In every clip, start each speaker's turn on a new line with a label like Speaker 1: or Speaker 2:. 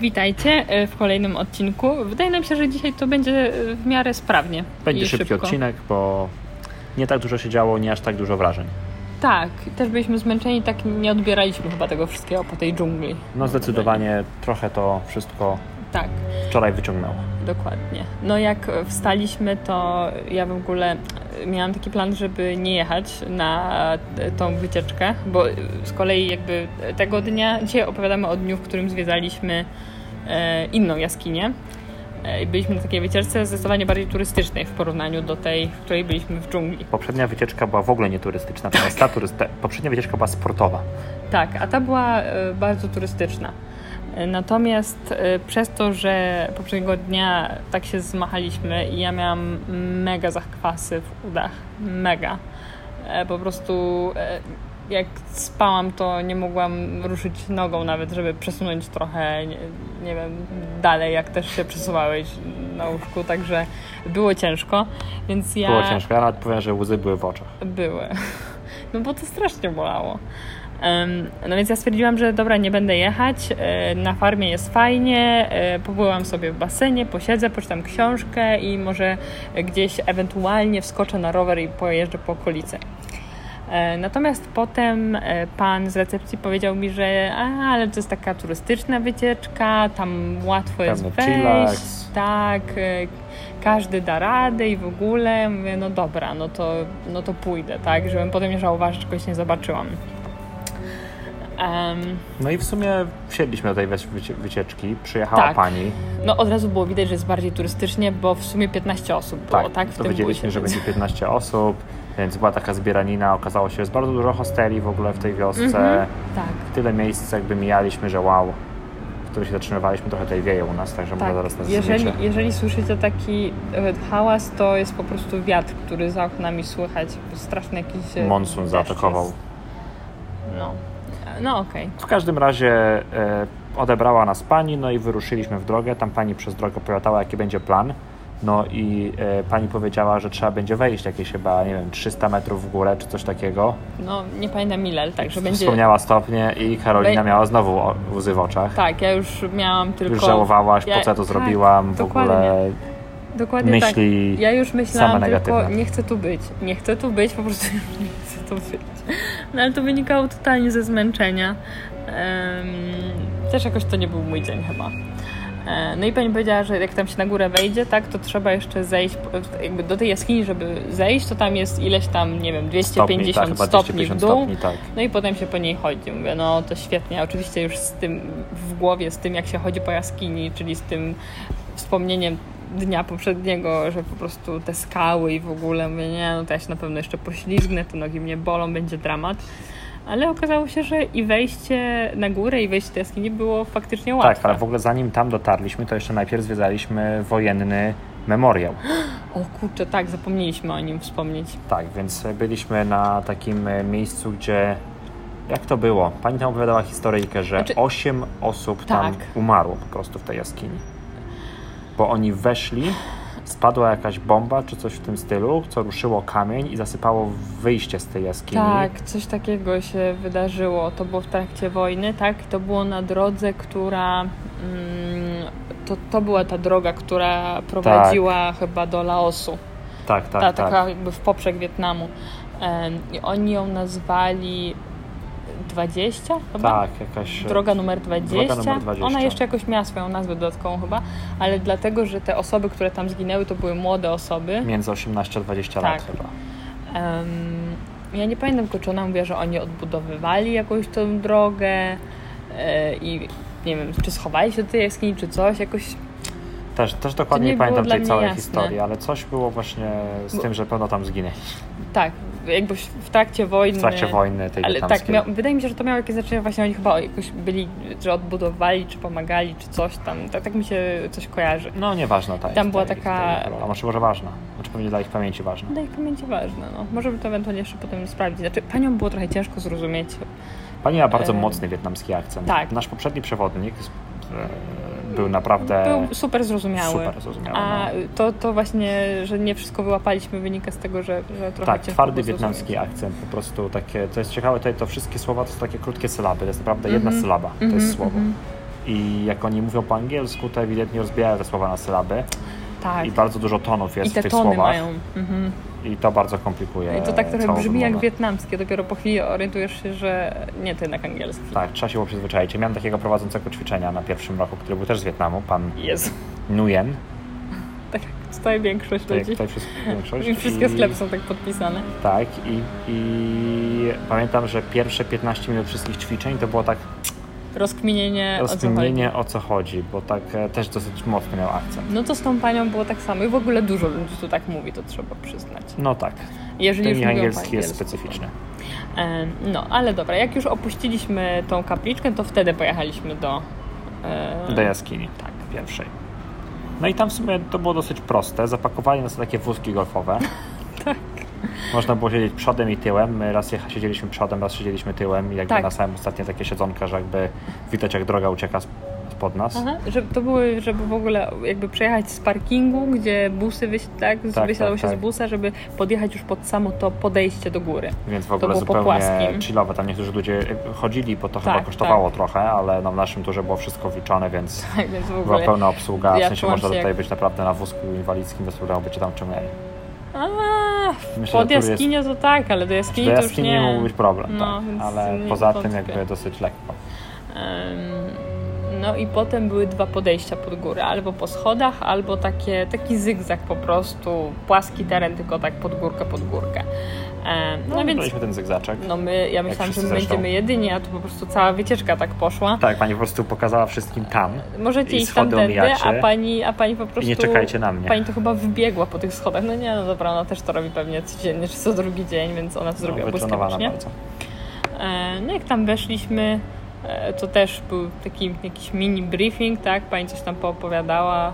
Speaker 1: Witajcie e, w kolejnym odcinku. Wydaje nam się, że dzisiaj to będzie e, w miarę sprawnie.
Speaker 2: Będzie
Speaker 1: i
Speaker 2: szybki
Speaker 1: szybko.
Speaker 2: odcinek, bo nie tak dużo się działo, nie aż tak dużo wrażeń.
Speaker 1: Tak, też byliśmy zmęczeni, tak nie odbieraliśmy chyba tego wszystkiego po tej dżungli.
Speaker 2: No zdecydowanie trochę to wszystko
Speaker 1: Tak,
Speaker 2: wczoraj wyciągnęło.
Speaker 1: dokładnie. No jak e, wstaliśmy, to ja w ogóle e, miałam taki plan, żeby nie jechać na e, tą wycieczkę, bo e, z kolei jakby tego dnia, dzisiaj opowiadamy o dniu, w którym zwiedzaliśmy e, inną jaskinię. E, i Byliśmy na takiej wycieczce zdecydowanie bardziej turystycznej w porównaniu do tej, w której byliśmy w dżungli.
Speaker 2: Poprzednia wycieczka była w ogóle nie turystyczna, teraz ta turysta, poprzednia wycieczka była sportowa.
Speaker 1: Tak, a ta była e, bardzo turystyczna. E, Natomiast e, przez to, że poprzedniego dnia tak się zmachaliśmy i ja miałam mega zachwasy w udach, mega. E, Po prostu e, jak spałam, to nie mogłam ruszyć nogą nawet, żeby przesunąć trochę, nie, nie wiem, dalej, jak też się przesuwałeś na łóżku, także było ciężko, więc ja...
Speaker 2: Było ciężko, ja nawet powiem, że łzy były w oczach.
Speaker 1: Były. No bo to strasznie bolało. Em, no więc ja stwierdziłam, że dobra, nie będę jechać, e, na farmie jest fajnie, e, popłyłam sobie w basenie, posiedzę, poczytam książkę i może gdzieś ewentualnie wskoczę na rower i pojeżdżę po okolicy. E, Natomiast potem e, pan z recepcji powiedział mi, że a, ale to jest taka turystyczna wycieczka, tam łatwo jest
Speaker 2: Pewno
Speaker 1: wejść,
Speaker 2: chillax.
Speaker 1: tak, e, każdy da radę i w ogóle. Mówię, no dobra, no to, no to pójdę, tak, żebym potem nie żałowała, że czegoś nie zobaczyłam. Em,
Speaker 2: No i w sumie wsiedliśmy do tej wyci- wyci- wycieczki, przyjechała
Speaker 1: Tak.
Speaker 2: pani.
Speaker 1: no od razu było widać, że jest bardziej turystycznie, bo w sumie 15 osób było, tak? w tym
Speaker 2: dowiedzieliśmy,
Speaker 1: busie,
Speaker 2: że
Speaker 1: więc-
Speaker 2: będzie 15 osób, więc była taka zbieranina, okazało się, że jest bardzo dużo hosteli w ogóle w tej wiosce.
Speaker 1: Mhm, tak.
Speaker 2: Tyle miejsc jakby mijaliśmy, że wow, w których się zatrzymywaliśmy, trochę tej wieje u nas, także może zaraz nas
Speaker 1: Tak, jeżeli,
Speaker 2: zmiecie.
Speaker 1: jeżeli słyszycie taki e, hałas, to jest po prostu wiatr, który za oknami słychać. Straszny jakiś. e,
Speaker 2: Monsun
Speaker 1: deszcz
Speaker 2: zaatakował.
Speaker 1: jest. No, no okej.
Speaker 2: W każdym razie e, odebrała nas pani, no i wyruszyliśmy w drogę. Tam pani przez drogę opowiadała, jaki będzie plan. No i e, pani powiedziała, że trzeba będzie wejść jakieś chyba, nie wiem, 300 metrów w górę czy coś takiego.
Speaker 1: No, nie pamiętam ile, także Tak, będzie.
Speaker 2: Wspomniała stopnie i Karolina
Speaker 1: Be-
Speaker 2: miała znowu o- łzy w oczach.
Speaker 1: Tak, ja już miałam tylko.
Speaker 2: Już żałowałaś,
Speaker 1: ja-
Speaker 2: po co ja to
Speaker 1: tak,
Speaker 2: zrobiłam, w
Speaker 1: dokładnie.
Speaker 2: ogóle
Speaker 1: Dokładnie
Speaker 2: myśli
Speaker 1: tak. Ja już myślałam
Speaker 2: same
Speaker 1: tylko,
Speaker 2: negatywne.
Speaker 1: nie chcę tu być. Nie chcę tu być, po prostu już nie chcę tu być. No ale to wynikało totalnie ze zmęczenia. Em, też jakoś to nie był mój dzień chyba. E, No i pani powiedziała, że jak tam się na górę wejdzie, tak, to trzeba jeszcze zejść po- jakby do tej jaskini, żeby zejść, to tam jest ileś tam, nie wiem,
Speaker 2: stopni,
Speaker 1: 250
Speaker 2: tak, chyba
Speaker 1: stopni w
Speaker 2: 250
Speaker 1: dół.
Speaker 2: stopni, tak.
Speaker 1: No i potem się po niej chodzi. Mówię, no to świetnie. Oczywiście już z tym w głowie, z tym jak się chodzi po jaskini, czyli z tym wspomnieniem dnia poprzedniego, że po prostu te skały i w ogóle mówię, nie, no to ja się na pewno jeszcze poślizgnę, te nogi mnie bolą, będzie dramat. Ale okazało się, że i wejście na górę, i wejście do jaskini było faktycznie łatwe.
Speaker 2: Tak, ale w ogóle zanim tam dotarliśmy, to jeszcze najpierw zwiedzaliśmy wojenny memoriał.
Speaker 1: O kurczę, tak, zapomnieliśmy o nim wspomnieć.
Speaker 2: Tak, więc byliśmy na takim e, miejscu, gdzie. Jak to było? Pani tam opowiadała historyjkę, że
Speaker 1: Znaczy-
Speaker 2: osiem osób tam
Speaker 1: Tak.
Speaker 2: umarło po prostu w tej jaskini. Bo oni weszli, spadła jakaś bomba czy coś w tym stylu, co ruszyło kamień i zasypało wyjście z tej jaskini.
Speaker 1: Tak, coś takiego się wydarzyło. To było w trakcie wojny, tak? To było na drodze, która. Mm, to, to była ta droga, która prowadziła chyba do Laosu.
Speaker 2: tak, tak.
Speaker 1: Ta
Speaker 2: tak.
Speaker 1: taka jakby w poprzek Wietnamu. Em, I oni ją nazwali 20? Chyba?
Speaker 2: tak jakaś. e,
Speaker 1: Droga numer 20.
Speaker 2: Droga numer 20.
Speaker 1: Ona jeszcze jakoś miała swoją nazwę dodatkową chyba, ale dlatego, że te osoby, które tam zginęły, to były młode osoby.
Speaker 2: Między 18 a 20
Speaker 1: Tak.
Speaker 2: lat chyba.
Speaker 1: Em, ja nie pamiętam, tylko czy ona mówiła, że oni odbudowywali jakąś tą drogę e, i nie wiem, czy schowali się do tej jaskini, czy coś, jakoś...
Speaker 2: Też, też dokładnie
Speaker 1: nie
Speaker 2: nie pamiętam
Speaker 1: było dla
Speaker 2: tej
Speaker 1: mnie
Speaker 2: całej
Speaker 1: jasne.
Speaker 2: historii, ale coś było właśnie z
Speaker 1: Bo-
Speaker 2: tym, że pewno tam zginęli
Speaker 1: Tak, jakby w trakcie wojny...
Speaker 2: w trakcie wojny tej
Speaker 1: Ale tak,
Speaker 2: wietnamskiej.
Speaker 1: miał, wydaje mi się, że to miało jakieś znaczenie, właśnie oni chyba jakoś byli, że odbudowali, czy pomagali, czy coś tam, tak, tak mi się coś kojarzy.
Speaker 2: No nieważna ta
Speaker 1: Tam
Speaker 2: jest,
Speaker 1: była
Speaker 2: ta-
Speaker 1: taka- No,
Speaker 2: ta- A może, może ważna. Znaczy pewnie dla ich pamięci ważna.
Speaker 1: Daj pamięci ważne, no. Możemy to ewentualnie jeszcze potem sprawdzić. Znaczy, panią było trochę ciężko zrozumieć.
Speaker 2: Pani ma bardzo
Speaker 1: Em,
Speaker 2: mocny wietnamski akcent.
Speaker 1: e, tak.
Speaker 2: Nasz poprzedni przewodnik e, był naprawdę tak,
Speaker 1: Był super zrozumiały.
Speaker 2: super zrozumiały.
Speaker 1: A
Speaker 2: no.
Speaker 1: to, to właśnie, że nie wszystko wyłapaliśmy, wynika z tego, że, że trochę
Speaker 2: Tak,
Speaker 1: ciężko
Speaker 2: twardy
Speaker 1: było
Speaker 2: wietnamski
Speaker 1: zrozumieć.
Speaker 2: akcent, po prostu takie, to jest ciekawe, tutaj to wszystkie słowa to są takie krótkie sylaby, to jest naprawdę jedna
Speaker 1: Mhm.
Speaker 2: sylaba, to
Speaker 1: Mhm,
Speaker 2: jest słowo.
Speaker 1: mhm.
Speaker 2: I jak oni mówią po angielsku, to ewidentnie rozbijają te słowa na sylaby.
Speaker 1: Tak.
Speaker 2: I bardzo dużo tonów
Speaker 1: I
Speaker 2: jest
Speaker 1: te
Speaker 2: w tych
Speaker 1: tony
Speaker 2: słowach.
Speaker 1: mają. Mhm.
Speaker 2: I to bardzo komplikuje.
Speaker 1: I to tak trochę
Speaker 2: całą
Speaker 1: brzmi jak
Speaker 2: wymowę.
Speaker 1: wietnamskie. Dopiero po chwili orientujesz się, że nie, to jednak angielski.
Speaker 2: Tak, trzeba się było przyzwyczaić. Ja Miałem takiego prowadzącego ćwiczenia na pierwszym roku, który był też z Wietnamu, pan
Speaker 1: Jezu.
Speaker 2: Nguyen.
Speaker 1: Tak jak tutaj większość
Speaker 2: Tutaj,
Speaker 1: ludzi.
Speaker 2: Tak tutaj wszystko, większość.
Speaker 1: I wszystkie
Speaker 2: I-
Speaker 1: sklepy są tak podpisane.
Speaker 2: Tak, i, i pamiętam, że pierwsze 15 minut wszystkich ćwiczeń to było tak
Speaker 1: Rozkminienie, rozkminienie.
Speaker 2: rozkminienie o co chodzi, bo tak e, też dosyć mocny miał akcent.
Speaker 1: No to z tą panią było tak samo i w ogóle dużo ludzi tu tak mówi, to trzeba przyznać.
Speaker 2: No tak,
Speaker 1: Jeżeli
Speaker 2: ten
Speaker 1: już mówią po
Speaker 2: angielski jest
Speaker 1: angielsku.
Speaker 2: specyficzny.
Speaker 1: E, No, ale dobra, jak już opuściliśmy tą kapliczkę, to wtedy pojechaliśmy do... e,
Speaker 2: Do jaskini, tak, pierwszej. No i tam w sumie to było dosyć proste. Zapakowali nas na takie wózki golfowe.
Speaker 1: Tak.
Speaker 2: Można było siedzieć przodem i tyłem. My raz jecha- siedzieliśmy przodem, raz siedzieliśmy tyłem. I jakby
Speaker 1: Tak.
Speaker 2: na samym ostatnie takie siedzonka, że jakby widać jak droga ucieka sp- spod nas.
Speaker 1: Aha, żeby to były, żeby w ogóle jakby przejechać z parkingu, gdzie busy wyś, tak,
Speaker 2: tak,
Speaker 1: wysiadało się
Speaker 2: tak.
Speaker 1: z busa, żeby podjechać już pod samo to podejście do góry.
Speaker 2: Więc w
Speaker 1: To
Speaker 2: ogóle
Speaker 1: było po
Speaker 2: zupełnie
Speaker 1: płaskim.
Speaker 2: chillowe. Tam niektórzy ludzie e, chodzili, bo to chyba
Speaker 1: Tak,
Speaker 2: kosztowało trochę, ale no, w naszym turze było wszystko wliczone, więc
Speaker 1: Tak, więc w
Speaker 2: była
Speaker 1: ogóle...
Speaker 2: pełna obsługa. W
Speaker 1: Ja
Speaker 2: sensie
Speaker 1: czułam
Speaker 2: można
Speaker 1: się
Speaker 2: tutaj
Speaker 1: jak-
Speaker 2: być naprawdę na wózku inwalidzkim bez problemu, by cię tam ciągnęli.
Speaker 1: A,
Speaker 2: Myślę,
Speaker 1: pod
Speaker 2: że tu jest-
Speaker 1: jaskinią to tak, ale do
Speaker 2: Czy
Speaker 1: jaskini
Speaker 2: do
Speaker 1: to już
Speaker 2: jaskini
Speaker 1: nie.
Speaker 2: mógł być problem,
Speaker 1: No,
Speaker 2: tak.
Speaker 1: więc
Speaker 2: ale
Speaker 1: nie No
Speaker 2: poza tym
Speaker 1: wątpię.
Speaker 2: jakby dosyć lekko.
Speaker 1: Em, No i potem były dwa podejścia pod górę, albo po schodach, albo takie, taki zygzak po prostu, płaski teren, tylko tak pod górkę, pod górkę. Em,
Speaker 2: No,
Speaker 1: No, więc
Speaker 2: Byliśmy ten zygzaczek.
Speaker 1: no my, ja myślałam, że
Speaker 2: wszyscy
Speaker 1: my
Speaker 2: zresztą.
Speaker 1: będziemy jedyni, a tu po prostu cała wycieczka tak poszła.
Speaker 2: Tak, pani po prostu pokazała wszystkim tam.
Speaker 1: Możecie
Speaker 2: I
Speaker 1: iść
Speaker 2: schody
Speaker 1: tamtędy, a
Speaker 2: omijacie.
Speaker 1: pani, a pani po prostu...
Speaker 2: nie czekajcie na mnie.
Speaker 1: Pani to chyba wybiegła po tych schodach. No nie, no dobra, ona też to robi pewnie codziennie, czy co drugi dzień, więc ona to zrobiła
Speaker 2: wytrenowana
Speaker 1: błyskawicznie.
Speaker 2: No, bardzo.
Speaker 1: E, No jak tam weszliśmy, e, to też był taki jakiś mini briefing, tak? Pani coś tam poopowiadała.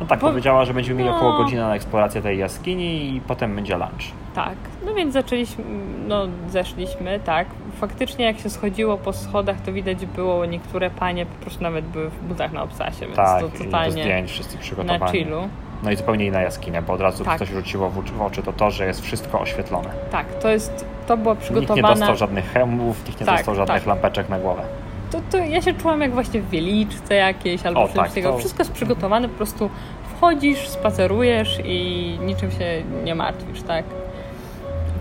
Speaker 2: No tak,
Speaker 1: Bo-
Speaker 2: powiedziała, że będziemy mieli
Speaker 1: No.
Speaker 2: około godziny na eksplorację tej jaskini i potem będzie lunch.
Speaker 1: Tak, no więc zaczęliśmy, no zeszliśmy, tak. Faktycznie jak się schodziło po schodach, to widać było niektóre panie po prostu nawet były w butach na obcasie, więc
Speaker 2: Tak,
Speaker 1: to
Speaker 2: i do
Speaker 1: totalnie
Speaker 2: zdjęć wszyscy
Speaker 1: na
Speaker 2: przygotowani.
Speaker 1: chillu.
Speaker 2: No i zupełnie inna jaskinia, bo od razu
Speaker 1: Tak.
Speaker 2: coś rzuciło w, ucz- w oczy to to, że jest wszystko oświetlone.
Speaker 1: Tak, to jest, to była
Speaker 2: Nikt nie
Speaker 1: przygotowana...
Speaker 2: dostał żadnych hełmów, nikt nie
Speaker 1: Tak,
Speaker 2: dostał żadnych
Speaker 1: tak.
Speaker 2: lampeczek na głowę.
Speaker 1: To, to ja się czułam jak właśnie w Wieliczce jakiejś albo
Speaker 2: O,
Speaker 1: coś
Speaker 2: tak,
Speaker 1: takiego.
Speaker 2: to-
Speaker 1: Wszystko jest przygotowane, po prostu wchodzisz, spacerujesz i niczym się nie martwisz, tak?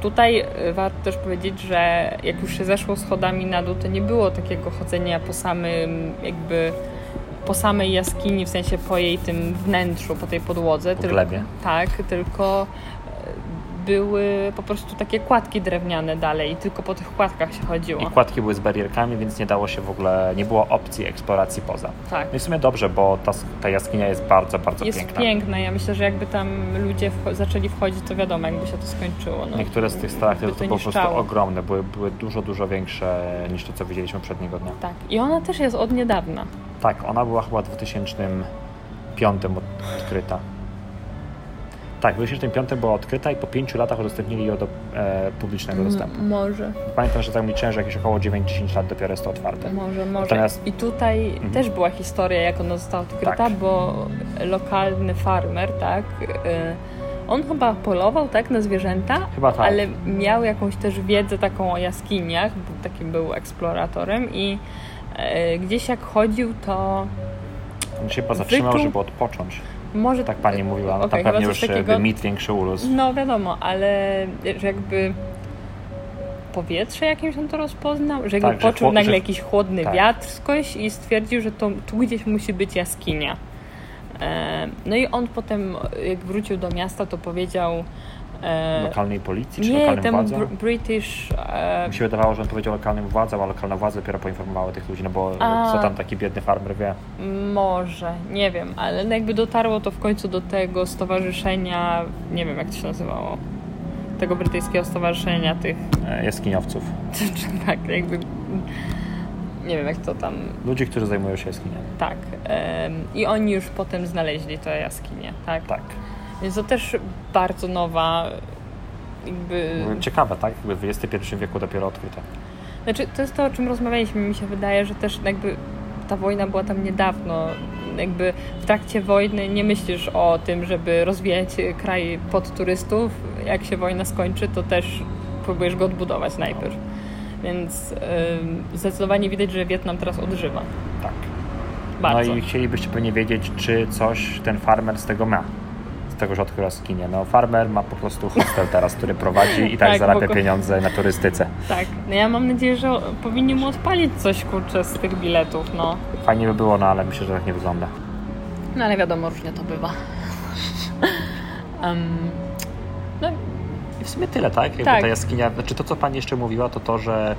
Speaker 1: Tutaj y, warto też powiedzieć, że jak już się zeszło schodami na dół, to nie było takiego chodzenia po samym jakby po samej jaskini, w sensie po jej tym wnętrzu, po tej podłodze.
Speaker 2: Po
Speaker 1: tylko-
Speaker 2: glebie.
Speaker 1: Tak, tylko y, były po prostu takie kładki drewniane dalej i tylko po tych kładkach się chodziło.
Speaker 2: I kładki były z barierkami, więc nie dało się w ogóle, nie było opcji eksploracji poza.
Speaker 1: tak.
Speaker 2: No i w sumie dobrze, bo ta, ta jaskinia jest bardzo, bardzo
Speaker 1: jest
Speaker 2: piękna.
Speaker 1: piękna. Ja myślę, że jakby tam ludzie wcho- zaczęli wchodzić, to wiadomo, jakby się to skończyło. No.
Speaker 2: Niektóre z tych
Speaker 1: By
Speaker 2: stalaktynów
Speaker 1: to
Speaker 2: to były po prostu
Speaker 1: niszczało.
Speaker 2: ogromne, były, były dużo, dużo większe niż to, co widzieliśmy przedniego dnia.
Speaker 1: Tak. I ona też jest od niedawna.
Speaker 2: Tak, ona była chyba w 2005 odkryta. Tak, w 2005 była odkryta i po pięciu latach udostępnili ją do e, publicznego
Speaker 1: Mm.
Speaker 2: dostępu.
Speaker 1: może,
Speaker 2: Pamiętam, że tak liczyłem, że jakieś około 9-10 lat dopiero jest to otwarte.
Speaker 1: może, może.
Speaker 2: Tak. Natomiast- Mhm.
Speaker 1: I tutaj też była historia, jak ona została odkryta,
Speaker 2: Tak.
Speaker 1: bo lokalny farmer, tak, y, on chyba polował, tak, na zwierzęta,
Speaker 2: Chyba tak.
Speaker 1: ale miał jakąś też wiedzę taką o jaskiniach, bo takim był eksploratorem i y, gdzieś jak chodził, to
Speaker 2: On się chyba zatrzymał,
Speaker 1: wyczuł-
Speaker 2: żeby odpocząć.
Speaker 1: może
Speaker 2: Tak pani mówiła, no
Speaker 1: E, Okej,
Speaker 2: tam
Speaker 1: chyba
Speaker 2: pewnie
Speaker 1: coś
Speaker 2: już
Speaker 1: takiego.
Speaker 2: takiego... mit większy urósł.
Speaker 1: No wiadomo, ale że jakby powietrze jakimś on to rozpoznał, że jakby
Speaker 2: Tak, że
Speaker 1: poczuł
Speaker 2: chło-
Speaker 1: nagle
Speaker 2: że-
Speaker 1: jakiś chłodny
Speaker 2: tak.
Speaker 1: wiatr skądś i stwierdził, że to, tu gdzieś musi być jaskinia. E, no i on potem, jak wrócił do miasta, to powiedział e,
Speaker 2: Lokalnej policji czy
Speaker 1: nie,
Speaker 2: lokalnym
Speaker 1: temu
Speaker 2: władzom?
Speaker 1: br- British e,
Speaker 2: Mi się wydawało, że on powiedział lokalnym władzom, a lokalne władze dopiero poinformowały tych ludzi, no bo
Speaker 1: A.
Speaker 2: co tam taki biedny farmer wie.
Speaker 1: może, nie wiem, ale no jakby dotarło to w końcu do tego stowarzyszenia, nie wiem jak to się nazywało, tego brytyjskiego stowarzyszenia tych
Speaker 2: E, Jaskiniowców.
Speaker 1: czy tak, jakby. Nie wiem, jak to tam.
Speaker 2: Ludzi, którzy zajmują się jaskiniami.
Speaker 1: Tak. em, I oni już potem znaleźli to jaskinię, tak?
Speaker 2: Tak.
Speaker 1: Więc to też bardzo nowa. Jakby.
Speaker 2: Ciekawe, tak? Jakby w XXI wieku dopiero odkryte.
Speaker 1: Znaczy, to jest to, o czym rozmawialiśmy. Mi się wydaje, że też jakby ta wojna była tam niedawno. Jakby w trakcie wojny nie myślisz o tym, żeby rozwijać kraj pod turystów. Jak się wojna skończy, to też próbujesz go odbudować najpierw. Więc em, zdecydowanie widać, że Wietnam teraz odżywa.
Speaker 2: Tak.
Speaker 1: Bardzo.
Speaker 2: No i chcielibyście pewnie wiedzieć, czy coś ten farmer z tego ma. Z tego rzadko rozkinie. No, farmer ma po prostu hostel teraz, który prowadzi i tak,
Speaker 1: Tak,
Speaker 2: zarabia
Speaker 1: bo-
Speaker 2: pieniądze na turystyce.
Speaker 1: Tak, no ja mam nadzieję, że powinni mu odpalić coś kurczę z tych biletów, no.
Speaker 2: Fajnie by było, no ale myślę, że tak nie wygląda.
Speaker 1: No ale wiadomo, różnie to bywa. Em, no,
Speaker 2: I w sumie tyle, tak? Jakby
Speaker 1: Tak.
Speaker 2: ta jaskinia, znaczy to, co pani jeszcze mówiła, to to, że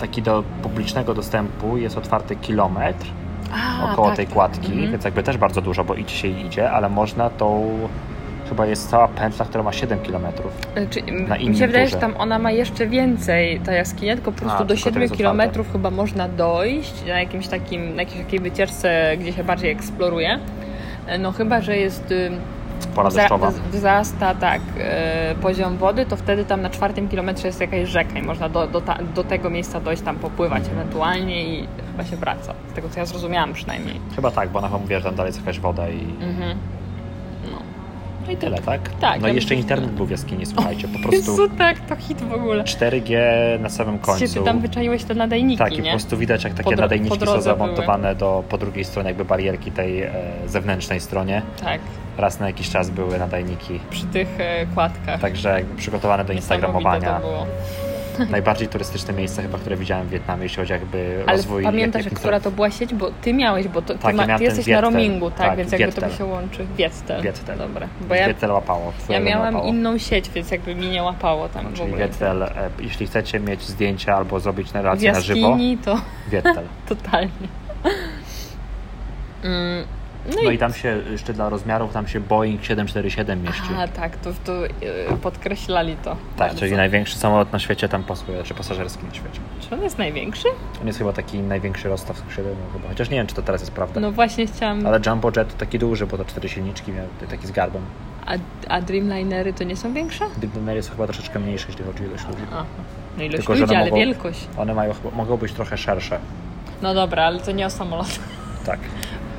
Speaker 2: taki do publicznego dostępu jest otwarty kilometr
Speaker 1: a,
Speaker 2: około
Speaker 1: tak,
Speaker 2: tej
Speaker 1: tak.
Speaker 2: kładki,
Speaker 1: Mhm.
Speaker 2: więc jakby też bardzo dużo, bo idzie się i idzie, ale można tą, chyba jest cała pętla, która ma 7 kilometrów.
Speaker 1: E, Czy,
Speaker 2: na
Speaker 1: mi się
Speaker 2: innym
Speaker 1: wydaje, że
Speaker 2: torze.
Speaker 1: tam ona ma jeszcze więcej, ta jaskinia, tylko po prostu
Speaker 2: A,
Speaker 1: do
Speaker 2: tylko to
Speaker 1: 7
Speaker 2: jest
Speaker 1: km chyba można dojść na jakimś takim, na jakiejś takiej wycieczce, gdzie się bardziej eksploruje. No chyba, że jest y,
Speaker 2: Pora
Speaker 1: wza-
Speaker 2: deszczowa.
Speaker 1: z- wzrasta tak y, poziom wody, to wtedy tam na czwartym kilometrze jest jakaś rzeka i można do, do, ta, do tego miejsca dojść, tam popływać
Speaker 2: Mhm.
Speaker 1: ewentualnie i chyba się wraca. Z tego co ja zrozumiałam przynajmniej.
Speaker 2: Chyba tak, bo ona chyba mówiła, że tam dalej jest jakaś woda i,
Speaker 1: Mhm.
Speaker 2: no i tyle, tak?
Speaker 1: Tak,
Speaker 2: No
Speaker 1: ja
Speaker 2: i jeszcze
Speaker 1: myślę, że-
Speaker 2: internet był w jaskini, słuchajcie, po
Speaker 1: Jezu,
Speaker 2: prostu
Speaker 1: tak, to hit w ogóle.
Speaker 2: 4G na samym końcu.
Speaker 1: Się ty tam wyczaiłeś te nadajniki,
Speaker 2: Tak, i po
Speaker 1: nie?
Speaker 2: prostu widać, jak
Speaker 1: Po
Speaker 2: takie
Speaker 1: dro- po
Speaker 2: nadajniki są
Speaker 1: drodze
Speaker 2: zamontowane do, po drugiej stronie, jakby barierki tej e, zewnętrznej stronie.
Speaker 1: Tak,
Speaker 2: Raz na jakiś czas były nadajniki,
Speaker 1: przy tych e, kładkach.
Speaker 2: także jakby przygotowane Tak, do
Speaker 1: Niesamowite
Speaker 2: instagramowania.
Speaker 1: to było.
Speaker 2: Najbardziej turystyczne miejsce chyba, które widziałem w Wietnamie, jeśli chodzi jakby
Speaker 1: Ale
Speaker 2: rozwój...
Speaker 1: pamiętasz,
Speaker 2: jak- jak-
Speaker 1: która to była sieć? Bo ty miałeś, bo to, ty,
Speaker 2: Tak, ja
Speaker 1: ma,
Speaker 2: miałem
Speaker 1: ty
Speaker 2: ten
Speaker 1: jesteś na
Speaker 2: Wiettel.
Speaker 1: roamingu, tak?
Speaker 2: Tak,
Speaker 1: więc jakby to mi
Speaker 2: Wiettel.
Speaker 1: się łączy. Wiettel.
Speaker 2: Wiettel.
Speaker 1: Dobra. Bo ja,
Speaker 2: Wiettel łapało.
Speaker 1: ja
Speaker 2: Twojego nie
Speaker 1: miałam
Speaker 2: łapało. No,
Speaker 1: inną sieć, więc jakby mi nie łapało tam w
Speaker 2: Czyli
Speaker 1: ogóle.
Speaker 2: Wiettel, e, jeśli chcecie mieć zdjęcia albo zrobić
Speaker 1: w
Speaker 2: relację na żywo,
Speaker 1: jaskini to
Speaker 2: Wiettel.
Speaker 1: totalnie. Mm,
Speaker 2: No, i tam się, jeszcze dla rozmiarów, tam się Boeing 747 mieści.
Speaker 1: A tak, to, to e, podkreślali to.
Speaker 2: tak,
Speaker 1: bardzo.
Speaker 2: czyli największy samolot na świecie tam posłuje, czy pasażerski na świecie.
Speaker 1: Czy on jest największy?
Speaker 2: On jest chyba taki największy rozstaw skrzydeł, no chyba. Chociaż nie wiem, czy to teraz jest prawda.
Speaker 1: No właśnie chciałam.
Speaker 2: Tak. Ale Jumbo Jet to taki duży, bo to cztery silniczki miał, taki z garbem.
Speaker 1: A, a Dreamlinery to nie są większe?
Speaker 2: Big Banner jest chyba troszeczkę mniejszy, jeśli chodzi o ilość ludzi.
Speaker 1: Aha. No ilość
Speaker 2: Tylko, że
Speaker 1: ludzi,
Speaker 2: one
Speaker 1: ale
Speaker 2: mogą-
Speaker 1: wielkość.
Speaker 2: One mają, chyba- mogą być trochę szersze.
Speaker 1: No dobra, ale to nie o samolot.
Speaker 2: Tak.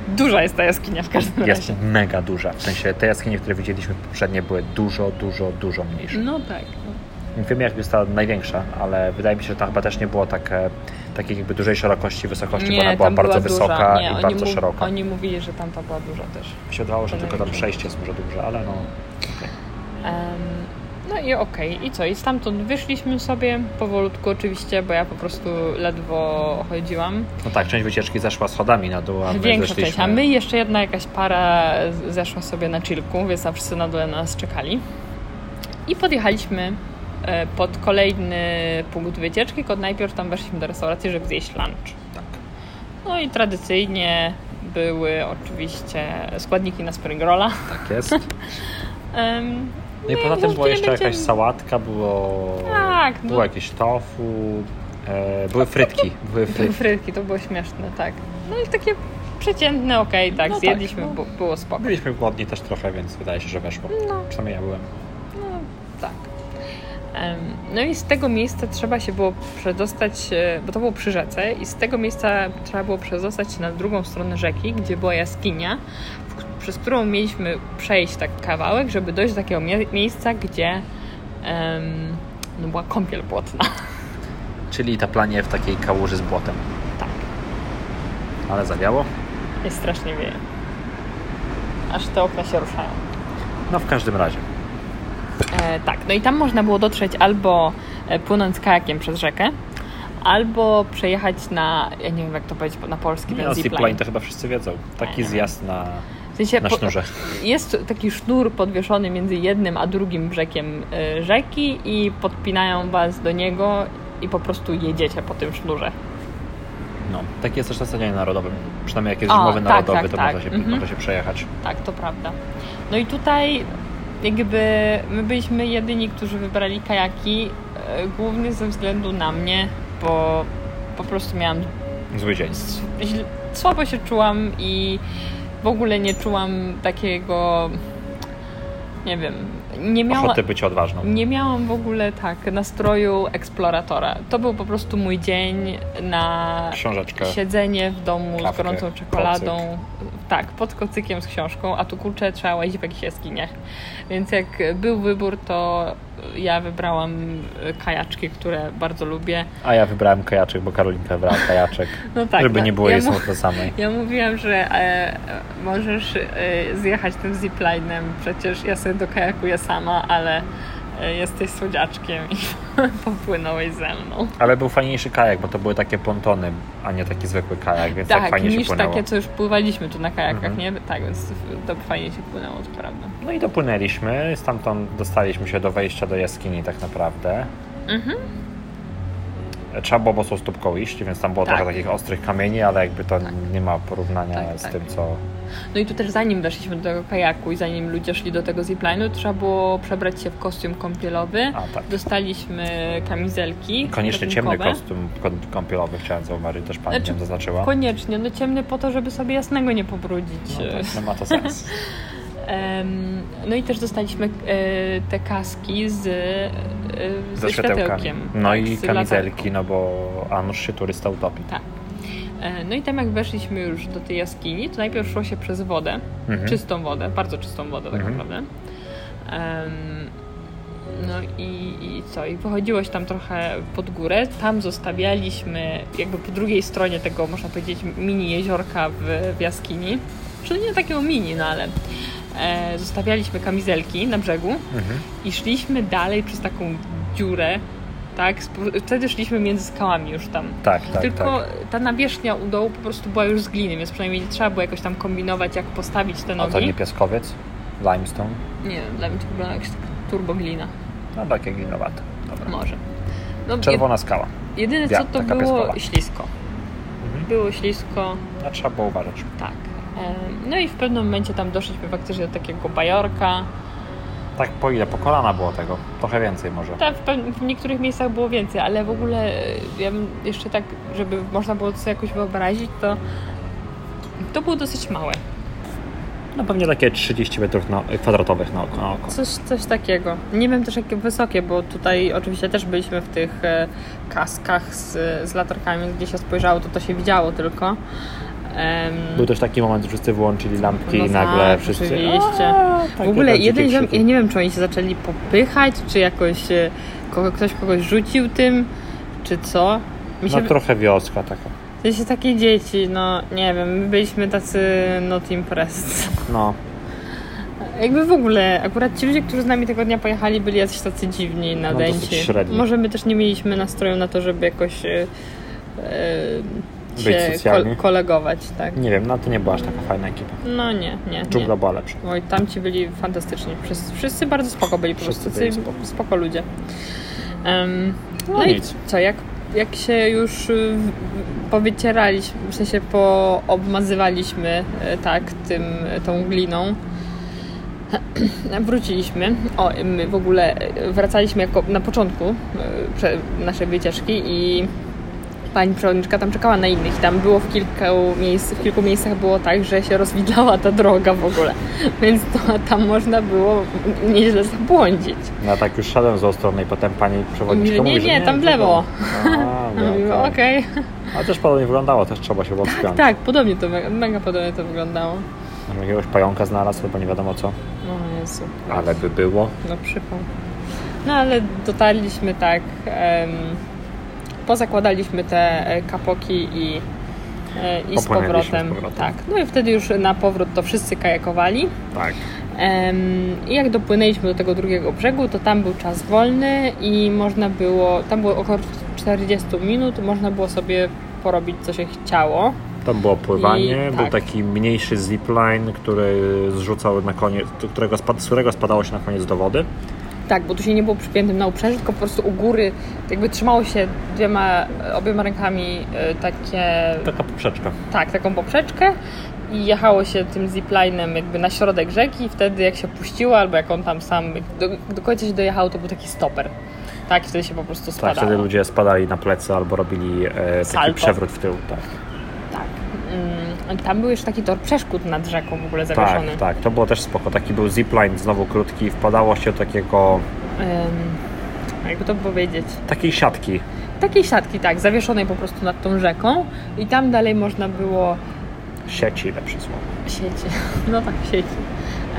Speaker 1: Duża jest ta jaskinia w każdym
Speaker 2: Jest
Speaker 1: razie.
Speaker 2: mega duża. W sensie te jaskinie, które widzieliśmy poprzednie, były dużo, dużo, dużo mniejsze.
Speaker 1: No tak.
Speaker 2: Nie wiemy, jak jest ta największa, ale wydaje mi się, że tam chyba też nie było tak, e, takiej jakby dużej szerokości, wysokości, bo ona była
Speaker 1: tam
Speaker 2: bardzo
Speaker 1: duża.
Speaker 2: wysoka
Speaker 1: Nie,
Speaker 2: i
Speaker 1: oni
Speaker 2: bardzo
Speaker 1: mów-
Speaker 2: szeroka.
Speaker 1: Oni mówili, że tamta była duża też.
Speaker 2: Mi się wydawało, że
Speaker 1: to
Speaker 2: tylko tam
Speaker 1: największa.
Speaker 2: przejście jest może duże, ale no...
Speaker 1: Em, no i okej, i co? I stamtąd wyszliśmy sobie, powolutku oczywiście, bo ja po prostu ledwo chodziłam.
Speaker 2: No tak, część wycieczki zeszła schodami na dół, a my
Speaker 1: Większa
Speaker 2: zeszliśmy...
Speaker 1: część, a my jeszcze jedna jakaś para z- zeszła sobie na chillku, więc tam wszyscy na dole na nas czekali. I podjechaliśmy e, pod kolejny punkt wycieczki, tylko najpierw tam weszliśmy do restauracji, żeby zjeść lunch.
Speaker 2: Tak.
Speaker 1: No i tradycyjnie były oczywiście składniki na spring rolla.
Speaker 2: Tak jest.
Speaker 1: Em,
Speaker 2: No i poza
Speaker 1: może
Speaker 2: tym była
Speaker 1: nie
Speaker 2: jeszcze
Speaker 1: będziemy-
Speaker 2: jakaś sałatka, było,
Speaker 1: Tak, no.
Speaker 2: było jakieś tofu, e, były frytki, były
Speaker 1: Były
Speaker 2: frytki.
Speaker 1: frytki, to było śmieszne, tak. No i takie przeciętne, okej, tak,
Speaker 2: No tak,
Speaker 1: zjedliśmy,
Speaker 2: no.
Speaker 1: bu- było spoko.
Speaker 2: Byliśmy głodni też trochę, więc wydaje się, że weszło.
Speaker 1: No.
Speaker 2: Przynajmniej ja byłem.
Speaker 1: Tak. Em, No i z tego miejsca trzeba się było przedostać, e, bo to było przy rzece, i z tego miejsca trzeba było przedostać się na drugą stronę rzeki, gdzie była jaskinia, w, k- przez którą mieliśmy przejść tak kawałek, żeby dojść do takiego mie- miejsca, gdzie em, no była kąpiel błotna.
Speaker 2: Czyli ta planie w takiej kałuży z błotem.
Speaker 1: Tak,
Speaker 2: Ale zawiało.
Speaker 1: jest strasznie wieje. Aż te okna się ruszają.
Speaker 2: No w każdym razie.
Speaker 1: E, tak, no i tam można było dotrzeć albo e, płynąc kajakiem przez rzekę, albo przejechać na, ja nie wiem jak to powiedzieć po- na polski,
Speaker 2: Nie,
Speaker 1: ten
Speaker 2: no
Speaker 1: zipline.
Speaker 2: zipline to chyba wszyscy wiedzą. Taki
Speaker 1: Nie.
Speaker 2: zjazd na...
Speaker 1: W sensie
Speaker 2: na
Speaker 1: Tak. E, po-
Speaker 2: sznurze.
Speaker 1: Jest taki sznur podwieszony między jednym a drugim brzegiem e, rzeki i podpinają was do niego i po prostu jedziecie po tym sznurze.
Speaker 2: No, taki jest też na stadionie narodowym. Przynajmniej jak jest
Speaker 1: O,
Speaker 2: zimowy
Speaker 1: tak,
Speaker 2: narodowy,
Speaker 1: tak,
Speaker 2: to
Speaker 1: tak.
Speaker 2: Można, się,
Speaker 1: Mhm.
Speaker 2: można się przejechać.
Speaker 1: Tak, to prawda. No i tutaj jakby my byliśmy jedyni, którzy wybrali kajaki, e, głównie ze względu na mnie, bo po prostu miałam
Speaker 2: Zły dzień.
Speaker 1: źle- słabo się czułam i w ogóle nie czułam takiego nie wiem, nie miałam,
Speaker 2: Ochotę być odważną.
Speaker 1: nie miałam w ogóle tak nastroju eksploratora. To był po prostu mój dzień na
Speaker 2: Książeczkę.
Speaker 1: siedzenie w domu z
Speaker 2: Kawkę,
Speaker 1: gorącą czekoladą. Tak, pod kocykiem z książką, a tu kurczę trzeba łazić w jakichś jaskiniach. Więc jak był wybór, to ja wybrałam e, kajaczki, które bardzo lubię.
Speaker 2: A ja wybrałem kajaczek, bo Karolinka wybrała kajaczek.
Speaker 1: No tak,
Speaker 2: żeby
Speaker 1: no,
Speaker 2: nie było jej
Speaker 1: ja mu-
Speaker 2: smutno samej.
Speaker 1: Ja mówiłam, że e, możesz e, zjechać tym ziplinem, przecież ja sobie do kajaku ja sama, ale e, jesteś słodziaczkiem i popłynąłeś ze mną.
Speaker 2: Ale był fajniejszy kajak, bo to były takie pontony, a nie taki zwykły kajak, więc tak,
Speaker 1: tak,
Speaker 2: fajnie się
Speaker 1: niż
Speaker 2: płynęło.
Speaker 1: takie, co już pływaliśmy tu na kajakach,
Speaker 2: Mhm.
Speaker 1: nie? Tak, więc to fajnie się płynęło, to prawda.
Speaker 2: No i dopłynęliśmy, stamtąd dostaliśmy się do wejścia do jaskini tak naprawdę.
Speaker 1: Mhm.
Speaker 2: Trzeba było bosą stópką iść, więc tam było
Speaker 1: Tak.
Speaker 2: trochę takich ostrych kamieni, ale jakby to nie ma porównania
Speaker 1: Tak,
Speaker 2: z
Speaker 1: tak.
Speaker 2: tym, co...
Speaker 1: No i tu też zanim weszliśmy do tego kajaku i zanim ludzie szli do tego ziplinu, trzeba było przebrać się w kostium kąpielowy.
Speaker 2: A, tak.
Speaker 1: Dostaliśmy kamizelki.
Speaker 2: Koniecznie ciemny
Speaker 1: ratunkowe.
Speaker 2: kostium kąp- kąpielowy chciałem zauważyć, też pani
Speaker 1: Znaczy,
Speaker 2: znaczy, zaznaczyła.
Speaker 1: Koniecznie, no ciemny po to, żeby sobie jasnego nie pobrudzić.
Speaker 2: No, tak, no ma to sens.
Speaker 1: Em, no i też dostaliśmy e, te kaski z, e,
Speaker 2: Ze
Speaker 1: ze
Speaker 2: światełkami.
Speaker 1: światełkiem.
Speaker 2: No
Speaker 1: tak,
Speaker 2: i
Speaker 1: z latarką.
Speaker 2: kamizelki, no bo a nuż się turysta utopi.
Speaker 1: Tak. E, No i tam jak weszliśmy już do tej jaskini, to najpierw szło się przez wodę,
Speaker 2: Mhm.
Speaker 1: czystą wodę, bardzo czystą wodę tak
Speaker 2: Mhm.
Speaker 1: naprawdę. Em, no i, i co? I wychodziłeś tam trochę pod górę. Tam zostawialiśmy jakby po drugiej stronie tego, można powiedzieć, mini jeziorka w, w jaskini. Czyli nie takiego mini, no ale e, zostawialiśmy kamizelki na brzegu
Speaker 2: Mhm.
Speaker 1: i szliśmy dalej przez taką dziurę, tak? Spo- Wtedy szliśmy między skałami już tam.
Speaker 2: Tak, tak,
Speaker 1: Tylko
Speaker 2: tak.
Speaker 1: ta nawierzchnia u dołu po prostu była już z gliny, więc przynajmniej nie trzeba było jakoś tam kombinować, jak postawić te
Speaker 2: A
Speaker 1: nogi.
Speaker 2: to tak, nie piaskowiec? Limestone?
Speaker 1: Nie, dla mnie to wygląda jak tak turboglina.
Speaker 2: No takie glinowate. Dobra.
Speaker 1: Może. No,
Speaker 2: Czerwona skała.
Speaker 1: jed- jedyne co
Speaker 2: ja,
Speaker 1: to
Speaker 2: taka
Speaker 1: było
Speaker 2: piaskowa.
Speaker 1: ślisko.
Speaker 2: Mhm.
Speaker 1: Było ślisko,
Speaker 2: No, trzeba było uważać.
Speaker 1: tak. Em, No i w pewnym momencie tam doszliśmy faktycznie do takiego bajorka.
Speaker 2: Tak po ile? Po kolana było tego. Trochę więcej może.
Speaker 1: Tam w, pew- w niektórych miejscach było więcej, ale w ogóle e, ja bym jeszcze tak, żeby można było to sobie jakoś wyobrazić, to to było dosyć małe.
Speaker 2: No pewnie takie 30 metrów na, kwadratowych na oko. Na oko.
Speaker 1: Coś, coś takiego. Nie wiem też jakie wysokie, bo tutaj oczywiście też byliśmy w tych e, kaskach z, z latarkami, więc gdzie się spojrzało, to to się widziało tylko. Em,
Speaker 2: Był też taki moment, że wszyscy wyłączyli lampki
Speaker 1: No
Speaker 2: i nagle
Speaker 1: tak,
Speaker 2: wszyscy...
Speaker 1: oczywiście.
Speaker 2: "A", takie
Speaker 1: w ogóle
Speaker 2: dzikie
Speaker 1: jeden ziom,
Speaker 2: krzyki.
Speaker 1: ja nie wiem, czy oni się zaczęli popychać, czy jakoś e, kogo, ktoś kogoś rzucił tym, czy co. Mi się,
Speaker 2: No trochę wioska taka.
Speaker 1: w sensie takie dzieci, no nie wiem, my byliśmy tacy not impressed.
Speaker 2: No,
Speaker 1: Jakby w ogóle, akurat ci ludzie, którzy z nami tego dnia pojechali, byli jacyś tacy dziwni na
Speaker 2: No, dosyć
Speaker 1: dęci.
Speaker 2: średni.
Speaker 1: Może my też nie mieliśmy nastroju na to, żeby jakoś e, e,
Speaker 2: Być
Speaker 1: się
Speaker 2: socjalni.
Speaker 1: kolegować, tak?
Speaker 2: nie wiem, no to nie była aż taka fajna ekipa.
Speaker 1: No nie, nie, nie.
Speaker 2: Dżungla była lepsza.
Speaker 1: Oj, tamci byli fantastyczni. Wszyscy, wszyscy bardzo spoko byli po
Speaker 2: Wszyscy
Speaker 1: prostu.
Speaker 2: byli
Speaker 1: Tacy
Speaker 2: spoko.
Speaker 1: spoko ludzie. Em,
Speaker 2: No
Speaker 1: no i
Speaker 2: nic.
Speaker 1: co, jak, jak się już y, powycieraliśmy, w sensie poobmazywaliśmy y, tak tym, tą gliną, wróciliśmy. O, i my w ogóle y, wracaliśmy jako na początku y, prze- naszej wycieczki i pani przewodniczka tam czekała na innych. Tam było w kilku, miejsc, w kilku miejscach było tak, że się rozwidlała ta droga w ogóle. Więc to, tam można było nieźle zabłądzić.
Speaker 2: No tak już szedłem z ostronej, potem pani przewodniczka
Speaker 1: Mówi, że nie,
Speaker 2: mówi, że
Speaker 1: nie, tam w lewo.
Speaker 2: A,
Speaker 1: Ja mówimy,
Speaker 2: no, tak.
Speaker 1: okej.
Speaker 2: A też podobnie wyglądało, też trzeba się było wspiąć.
Speaker 1: Tak, podobnie to, mega- mega podobnie to wyglądało.
Speaker 2: Tam Jakiegoś pająka znalazł, albo nie wiadomo co.
Speaker 1: O No, Jezu.
Speaker 2: Ale by było.
Speaker 1: No przypał. No ale dotarliśmy tak, em, pozakładaliśmy te e, kapoki i, e, i z,
Speaker 2: Popłynęliśmy z
Speaker 1: powrotem,
Speaker 2: powrotem.
Speaker 1: Tak, no i wtedy już na powrót to wszyscy kajakowali.
Speaker 2: Tak.
Speaker 1: Em, I jak dopłynęliśmy do tego drugiego brzegu, to tam był czas wolny i można było, tam było około 40 minut, można było sobie porobić co się chciało.
Speaker 2: Tam było pływanie,
Speaker 1: I-
Speaker 2: był
Speaker 1: tak.
Speaker 2: taki mniejszy zipline, który zrzucał na koniec, którego spad, z którego spadało się na koniec do wody.
Speaker 1: Tak, bo tu się nie było przypiętym na uprzęży, tylko po prostu u góry jakby trzymało się dwiema, obiema rękami e, takie,
Speaker 2: Taka poprzeczka.
Speaker 1: tak, taką poprzeczkę i jechało się tym ziplinem jakby na środek rzeki i wtedy jak się puściło albo jak on tam sam, do, do końca się dojechało, to był taki stoper. Tak, i wtedy się po prostu
Speaker 2: Tak,
Speaker 1: spadało.
Speaker 2: wtedy ludzie spadali na plecy albo robili e, taki
Speaker 1: Salto.
Speaker 2: przewrót w tył. Tak.
Speaker 1: Tak. mm, tam był jeszcze taki tor przeszkód nad rzeką w ogóle zawieszony.
Speaker 2: Tak, tak, to było też spoko. Taki był zipline, znowu krótki, i wpadało się do takiego,
Speaker 1: Ym, jakby to powiedzieć.
Speaker 2: takiej siatki.
Speaker 1: Takiej siatki, tak, zawieszonej po prostu nad tą rzeką i tam dalej można było
Speaker 2: Sieci lepsze słowo.
Speaker 1: sieci, no tak, sieci.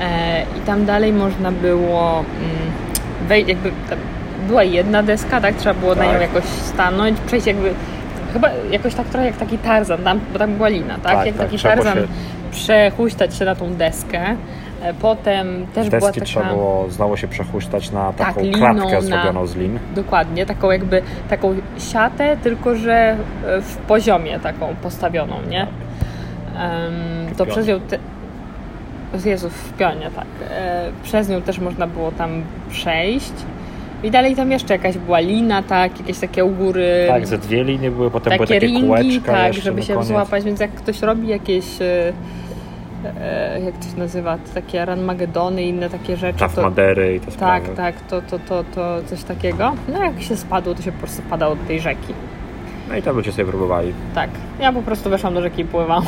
Speaker 1: E, I tam dalej można było mm, wejść, jakby tam była jedna deska, tak, trzeba było na nią
Speaker 2: Tak.
Speaker 1: jakoś stanąć, przejść jakby, chyba jakoś tak trochę jak taki Tarzan, tam, bo tam była lina, tak,
Speaker 2: Tak,
Speaker 1: jak
Speaker 2: tak,
Speaker 1: taki
Speaker 2: trzeba było
Speaker 1: Tarzan
Speaker 2: się-
Speaker 1: przehuśtać się na tą deskę, E, potem też była
Speaker 2: Deski
Speaker 1: taka...
Speaker 2: trzeba było znowu się przechuśtać na
Speaker 1: Tak,
Speaker 2: taką
Speaker 1: liną
Speaker 2: klatkę
Speaker 1: na-
Speaker 2: zrobioną z lin.
Speaker 1: Dokładnie, taką jakby taką siatę, tylko że e, w poziomie taką postawioną, nie? Em, to
Speaker 2: Tak. W
Speaker 1: przez nią. Te... o Jezu, w pionie, tak. E, przez nią też można było tam przejść. I dalej tam jeszcze jakaś była lina, tak, jakieś takie u góry.
Speaker 2: Tak, ze dwie liny były, potem
Speaker 1: takie,
Speaker 2: były takie
Speaker 1: ringi,
Speaker 2: kółeczka
Speaker 1: tak,
Speaker 2: jeszcze
Speaker 1: żeby
Speaker 2: na
Speaker 1: się
Speaker 2: koniec.
Speaker 1: złapać, więc jak ktoś robi jakieś. E, e, jak to się nazywa? Takie ranmagedony i inne takie rzeczy.
Speaker 2: Tough
Speaker 1: to-
Speaker 2: Madery i te sprawy.
Speaker 1: tak, tak, to, to, to, to coś takiego. No jak się spadło, to się po prostu padało od tej rzeki.
Speaker 2: No i to ludzie sobie próbowali.
Speaker 1: Tak. Ja po prostu weszłam do rzeki i pływałam.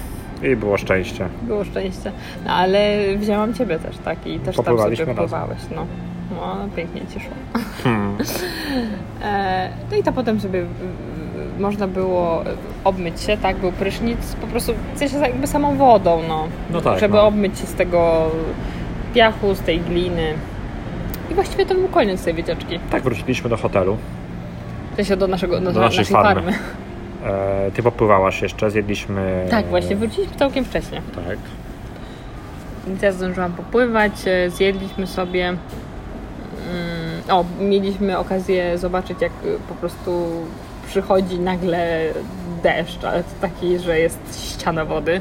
Speaker 2: I było szczęście.
Speaker 1: Było szczęście. No ale wzięłam ciebie też, tak? I też tam sobie
Speaker 2: Popływaliśmy razem.
Speaker 1: pływałeś, no. No, pięknie ci szło.
Speaker 2: Hmm.
Speaker 1: E, no i to potem sobie mm, można było obmyć się, tak? Był prysznic, po prostu w sensie jakby samą wodą, no.
Speaker 2: No tak,
Speaker 1: Żeby
Speaker 2: no.
Speaker 1: obmyć się z tego piachu, z tej gliny. I właściwie to był koniec tej wycieczki.
Speaker 2: Tak, wróciliśmy do hotelu.
Speaker 1: W sensie do naszego, do,
Speaker 2: Do
Speaker 1: naszej,
Speaker 2: naszej
Speaker 1: farmy.
Speaker 2: farmy. E, ty popływałaś jeszcze, zjedliśmy...
Speaker 1: Tak, właśnie, wróciliśmy całkiem wcześnie.
Speaker 2: Tak.
Speaker 1: Więc ja zdążyłam popływać, e, zjedliśmy sobie. mm, O, mieliśmy okazję zobaczyć, jak e, po prostu przychodzi nagle deszcz, ale to taki, że jest ściana wody.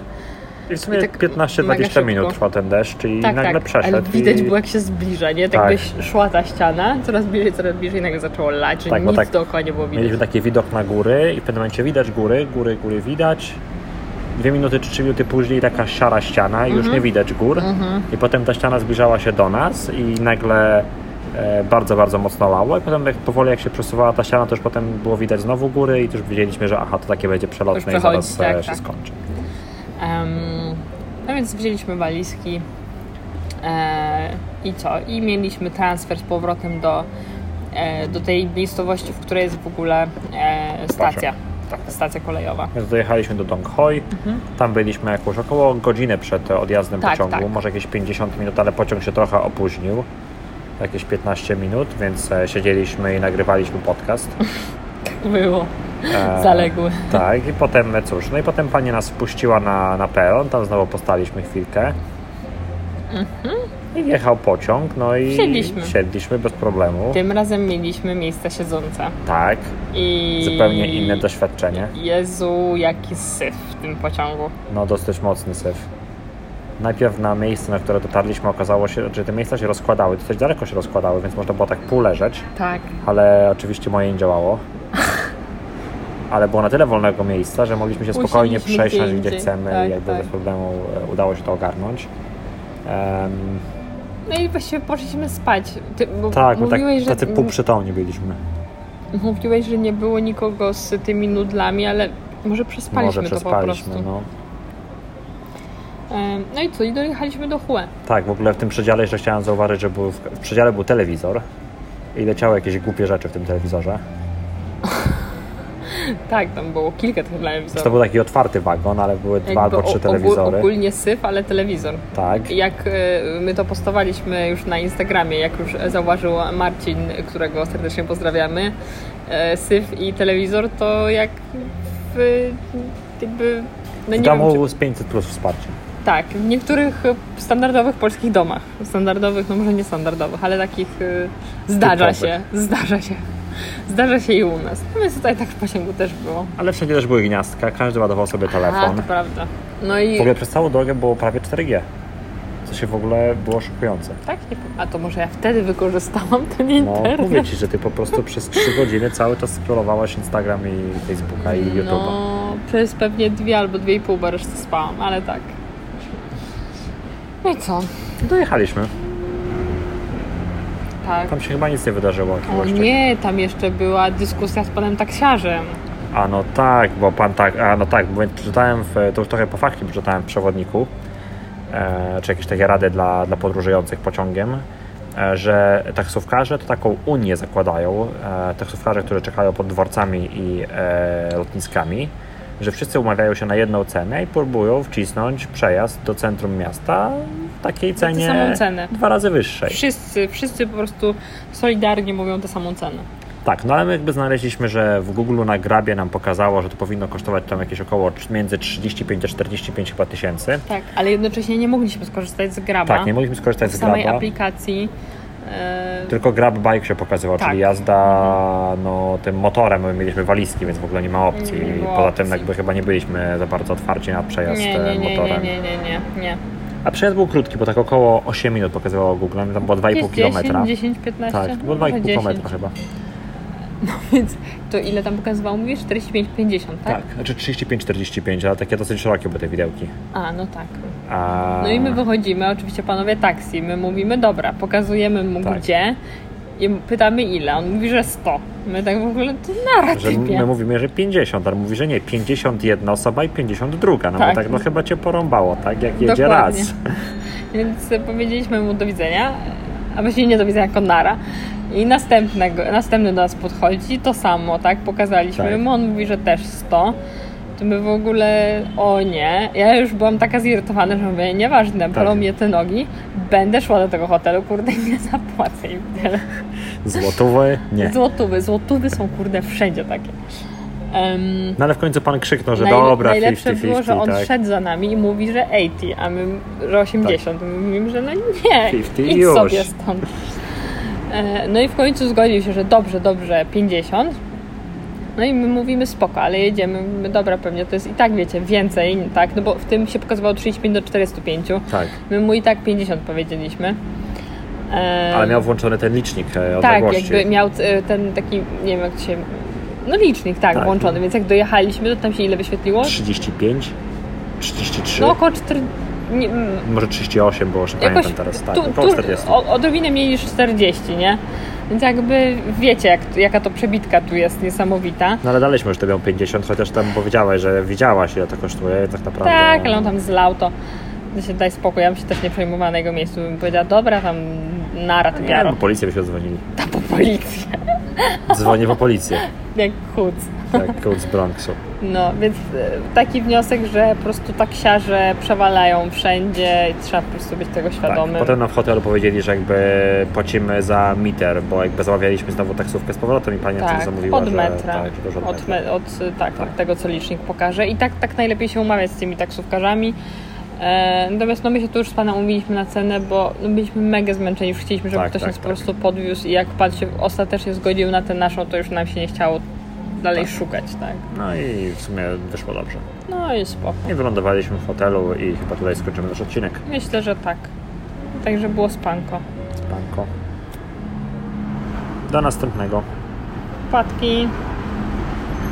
Speaker 2: I w sumie
Speaker 1: I tak mega
Speaker 2: 15-20
Speaker 1: szybko.
Speaker 2: minut trwa ten deszcz i nagle przeszedł.
Speaker 1: Tak, ale widać
Speaker 2: i...
Speaker 1: było, jak się zbliża, nie? Tak,
Speaker 2: Tak.
Speaker 1: jakby szła ta ściana, coraz bliżej, coraz bliżej, nagle zaczęło lać, że
Speaker 2: Tak, bo
Speaker 1: nic
Speaker 2: tak
Speaker 1: dookoła nie było widać.
Speaker 2: Mieliśmy taki widok na góry i w pewnym momencie widać góry, góry, góry widać. Dwie minuty czy trzy minuty później taka szara ściana i
Speaker 1: Mhm.
Speaker 2: już nie widać gór. I potem ta ściana zbliżała się do nas i nagle e, bardzo, bardzo mocno lało. I potem jak powoli jak się przesuwała ta ściana, to już potem było widać znowu góry i to już wiedzieliśmy, że aha, to takie będzie
Speaker 1: Już
Speaker 2: przelotne i
Speaker 1: przechodzi,
Speaker 2: zaraz
Speaker 1: tak,
Speaker 2: e, się
Speaker 1: tak.
Speaker 2: skończy.
Speaker 1: Em, no więc wzięliśmy walizki e, i co? I mieliśmy transfer z powrotem do, e, do tej miejscowości, w której jest w ogóle e, stacja.
Speaker 2: Tak.
Speaker 1: Stacja kolejowa.
Speaker 2: Więc dojechaliśmy do Dong Hoi. Tam byliśmy jakąś około godzinę przed e, odjazdem
Speaker 1: Mhm. Tak,
Speaker 2: pociągu,
Speaker 1: tak.
Speaker 2: może jakieś 50 minut, ale pociąg się trochę opóźnił. Jakieś 15 minut, więc e, siedzieliśmy i nagrywaliśmy podcast.
Speaker 1: Było.
Speaker 2: E,
Speaker 1: Zaległy.
Speaker 2: Tak, i potem e, cóż, no i potem pani nas wpuściła na, na peron, tam znowu postaliśmy chwilkę. I wjechał pociąg, no i
Speaker 1: Mhm. Wsiedliśmy.
Speaker 2: siedliśmy bez problemu.
Speaker 1: Tym razem mieliśmy miejsca siedzące.
Speaker 2: Tak,
Speaker 1: I...
Speaker 2: zupełnie inne doświadczenie.
Speaker 1: Jezu, jaki syf w tym pociągu.
Speaker 2: No, dosyć mocny syf. Najpierw na miejsce, na które dotarliśmy, okazało się, że te miejsca się rozkładały. Dosyć daleko się rozkładały, więc można było tak pół leżeć,
Speaker 1: Tak.
Speaker 2: ale oczywiście moje nie działało. Ale było na tyle wolnego miejsca, że mogliśmy się spokojnie
Speaker 1: Musieliśmy gdzie
Speaker 2: przesiąść, gdzie
Speaker 1: indziej.
Speaker 2: chcemy
Speaker 1: Tak,
Speaker 2: i jakby
Speaker 1: tak.
Speaker 2: bez problemu e, udało się to ogarnąć. Em,
Speaker 1: No i właściwie poszliśmy spać. Ty, bo
Speaker 2: tak, bo tak,
Speaker 1: mówiłeś, że...
Speaker 2: tacy półprzytomni byliśmy.
Speaker 1: Mówiłeś, że nie było nikogo z tymi nudlami, ale może przespaliśmy
Speaker 2: Może
Speaker 1: to po
Speaker 2: przespaliśmy,
Speaker 1: prostu.
Speaker 2: no.
Speaker 1: E, No i co, i dojechaliśmy do Hue.
Speaker 2: Tak, w ogóle w tym przedziale jeszcze chciałem zauważyć, że był w, w przedziale był telewizor i leciały jakieś głupie rzeczy w tym telewizorze.
Speaker 1: Tak, tam było kilka tych telewizorów.
Speaker 2: To był taki otwarty wagon, ale były dwa albo
Speaker 1: o-
Speaker 2: trzy
Speaker 1: ogól-
Speaker 2: telewizory.
Speaker 1: Ogólnie syf, ale telewizor.
Speaker 2: Tak,
Speaker 1: Jak e, my to postowaliśmy już na Instagramie, jak już zauważył Marcin, którego serdecznie pozdrawiamy, e, syf i telewizor to jak w, e, jakby, no nie
Speaker 2: w domu
Speaker 1: wiem,
Speaker 2: z 500 plus wsparcie.
Speaker 1: czy, tak, w niektórych e, standardowych polskich domach, standardowych, no może nie standardowych, ale takich e, zdarza
Speaker 2: Typowych.
Speaker 1: się, zdarza się, zdarza się i u nas. No więc tutaj tak w pasięgu też było.
Speaker 2: Ale wszędzie też były gniazdka, każdy ładował sobie
Speaker 1: A, to
Speaker 2: telefon.
Speaker 1: prawda. No
Speaker 2: W
Speaker 1: i...
Speaker 2: ogóle przez całą drogę było prawie 4G, co się w ogóle było szokujące.
Speaker 1: Tak? Nie, po- a to może ja wtedy wykorzystałam ten
Speaker 2: No,
Speaker 1: internet.
Speaker 2: mówię Ci, że Ty po prostu przez 3 godziny cały czas scrollowałaś Instagram i Facebooka i YouTube'a.
Speaker 1: no, przez pewnie dwie albo dwie i pół, bo resztę spałam, ale tak. No i co?
Speaker 2: Dojechaliśmy,
Speaker 1: Tak.
Speaker 2: tam się chyba nic nie wydarzyło.
Speaker 1: O
Speaker 2: jakiegoś tak-
Speaker 1: nie, tam jeszcze była dyskusja z panem taksiarzem.
Speaker 2: A no tak, bo pan tak, a no tak, bo czytałem, w, to już trochę po fakcie przeczytałem w przewodniku, e, czy jakieś takie rady dla, dla podróżujących pociągiem, e, że taksówkarze to taką unię zakładają, e, taksówkarze, którzy czekają pod dworcami i e, lotniskami, że wszyscy umawiają się na jedną cenę i próbują wcisnąć przejazd do centrum miasta w takiej
Speaker 1: Za tę
Speaker 2: cenie
Speaker 1: samą cenę.
Speaker 2: dwa razy wyższej.
Speaker 1: Wszyscy, wszyscy po prostu solidarnie mówią tę samą cenę.
Speaker 2: Tak, no ale my jakby znaleźliśmy, że w Google na grabie nam pokazało, że to powinno kosztować tam jakieś około trz- między 35 a 45 chyba tysięcy.
Speaker 1: Tak, ale jednocześnie nie mogliśmy skorzystać z Graba.
Speaker 2: Tak, nie mogliśmy skorzystać
Speaker 1: z
Speaker 2: z
Speaker 1: samej
Speaker 2: graba.
Speaker 1: aplikacji. E,
Speaker 2: Tylko grab bike się pokazywał,
Speaker 1: Tak. Mhm.
Speaker 2: czyli jazda no, tym motorem, my mieliśmy walizki, więc w ogóle nie ma opcji.
Speaker 1: Nie było
Speaker 2: Poza tym
Speaker 1: opcji.
Speaker 2: jakby chyba nie byliśmy za bardzo otwarci na przejazd
Speaker 1: nie,
Speaker 2: e,
Speaker 1: nie, nie, nie,
Speaker 2: motorem.
Speaker 1: nie, nie, nie, nie.
Speaker 2: A przejazd był krótki, bo tak około 8 minut pokazywało Google, no tam było 2,5
Speaker 1: Jest 10,
Speaker 2: kilometra.
Speaker 1: 10, 15,
Speaker 2: Tak, było
Speaker 1: może
Speaker 2: 2,5 kilometra chyba.
Speaker 1: Więc to ile tam pokazywał, mówisz? 45, 50, tak?
Speaker 2: Tak, znaczy 35-45, ale takie dosyć szerokie były te widełki.
Speaker 1: A, no tak.
Speaker 2: A...
Speaker 1: No i my wychodzimy, oczywiście panowie taksi, my mówimy dobra, pokazujemy mu
Speaker 2: Tak.
Speaker 1: gdzie i pytamy ile, on mówi, że 100. My tak w ogóle, to nara
Speaker 2: Że
Speaker 1: typie.
Speaker 2: my mówimy, że 50, ale mówi, że nie, 51 osoba i 52. No tak,
Speaker 1: Tak.
Speaker 2: tak no chyba cię porąbało, tak? Jak jedzie
Speaker 1: Dokładnie.
Speaker 2: raz.
Speaker 1: Więc powiedzieliśmy mu do widzenia, a właściwie nie do widzenia, jako nara. I następnego, następny do nas podchodzi, to samo, tak? Pokazaliśmy
Speaker 2: Tak.
Speaker 1: mu, on mówi, że też 100. To my w ogóle, o nie. Ja już byłam taka zirytowana, że mówię, nieważne, bolą
Speaker 2: Tak.
Speaker 1: mnie te nogi, będę szła do tego hotelu, kurde, i nie zapłacę im tyle.
Speaker 2: Złotówy? Nie.
Speaker 1: Złotówy, złotówy są kurde wszędzie takie. Em,
Speaker 2: No ale w końcu pan krzyknął, że
Speaker 1: najle-
Speaker 2: dobra, 50-50,
Speaker 1: najlepsze było, że on
Speaker 2: tak.
Speaker 1: szedł za nami i mówi, że 80, a my, że 80. My mówimy, że no nie,
Speaker 2: 50
Speaker 1: idź
Speaker 2: Tak. już.
Speaker 1: sobie stąd. E, No i w końcu zgodził się, że dobrze, dobrze, 50. No i my mówimy spoko, ale jedziemy, my, dobra, pewnie to jest i tak, wiecie, więcej, tak, no bo w tym się pokazywało 35 do 45.
Speaker 2: Tak,
Speaker 1: My mu i tak 50 powiedzieliśmy. E,
Speaker 2: ale miał włączony ten licznik e,
Speaker 1: tak,
Speaker 2: odległości.
Speaker 1: jakby miał e, ten taki, nie wiem jak to się. No licznik, tak,
Speaker 2: Tak.
Speaker 1: włączony, więc jak dojechaliśmy, to tam się ile wyświetliło?
Speaker 2: 35, 33,
Speaker 1: No około 40. Nie, mm,
Speaker 2: może 38 było, że
Speaker 1: jakoś
Speaker 2: pamiętam teraz. Tak,
Speaker 1: tu,
Speaker 2: około
Speaker 1: tu,
Speaker 2: 40.
Speaker 1: o, odrobinę mniej niż 40, nie? Więc jakby wiecie, jak, jaka to przebitka tu jest niesamowita.
Speaker 2: No ale daliśmy już tobie 50, chociaż tam powiedziałeś, że widziałaś ile to kosztuje, tak naprawdę.
Speaker 1: Tak, ale on tam zlał to. To się daj spokój, ja bym się też nie przejmowała na jego miejscu. Bym powiedziała, dobra, tam nara, ty
Speaker 2: Nie,
Speaker 1: miaro,
Speaker 2: bo policję by się dzwonili.
Speaker 1: ta po policji.
Speaker 2: Dzwonię po policję,
Speaker 1: Jak kuc.
Speaker 2: tak, koło z Bronxu.
Speaker 1: No, więc e, taki wniosek, że po prostu taksiarze przewalają wszędzie i trzeba po prostu być tego świadomym.
Speaker 2: Tak, potem nam w hotelu powiedzieli, że jakby płacimy za meter, bo jakby zamawialiśmy znowu taksówkę z powrotem i pani nam
Speaker 1: Tak,
Speaker 2: coś zamówiła,
Speaker 1: od
Speaker 2: że,
Speaker 1: metra.
Speaker 2: Tak, że dużo
Speaker 1: od,
Speaker 2: od
Speaker 1: me,
Speaker 2: metra.
Speaker 1: od, y, tak, od tego, co licznik pokaże. I tak, tak najlepiej się umawiać z tymi taksówkarzami. E, natomiast no, my się tu już z Panem umówiliśmy na cenę, bo no, byliśmy mega zmęczeni. Już chcieliśmy, żeby
Speaker 2: Tak,
Speaker 1: ktoś
Speaker 2: tak,
Speaker 1: nas po
Speaker 2: tak.
Speaker 1: prostu podwiózł i jak Pan się ostatecznie zgodził na tę naszą, to już nam się nie chciało dalej szukać, tak?
Speaker 2: No i w sumie wyszło dobrze.
Speaker 1: No i spoko.
Speaker 2: I wylądowaliśmy w hotelu i chyba tutaj skończymy nasz odcinek.
Speaker 1: Myślę, że tak. Także było spanko.
Speaker 2: Spanko. Do następnego.
Speaker 1: Patki.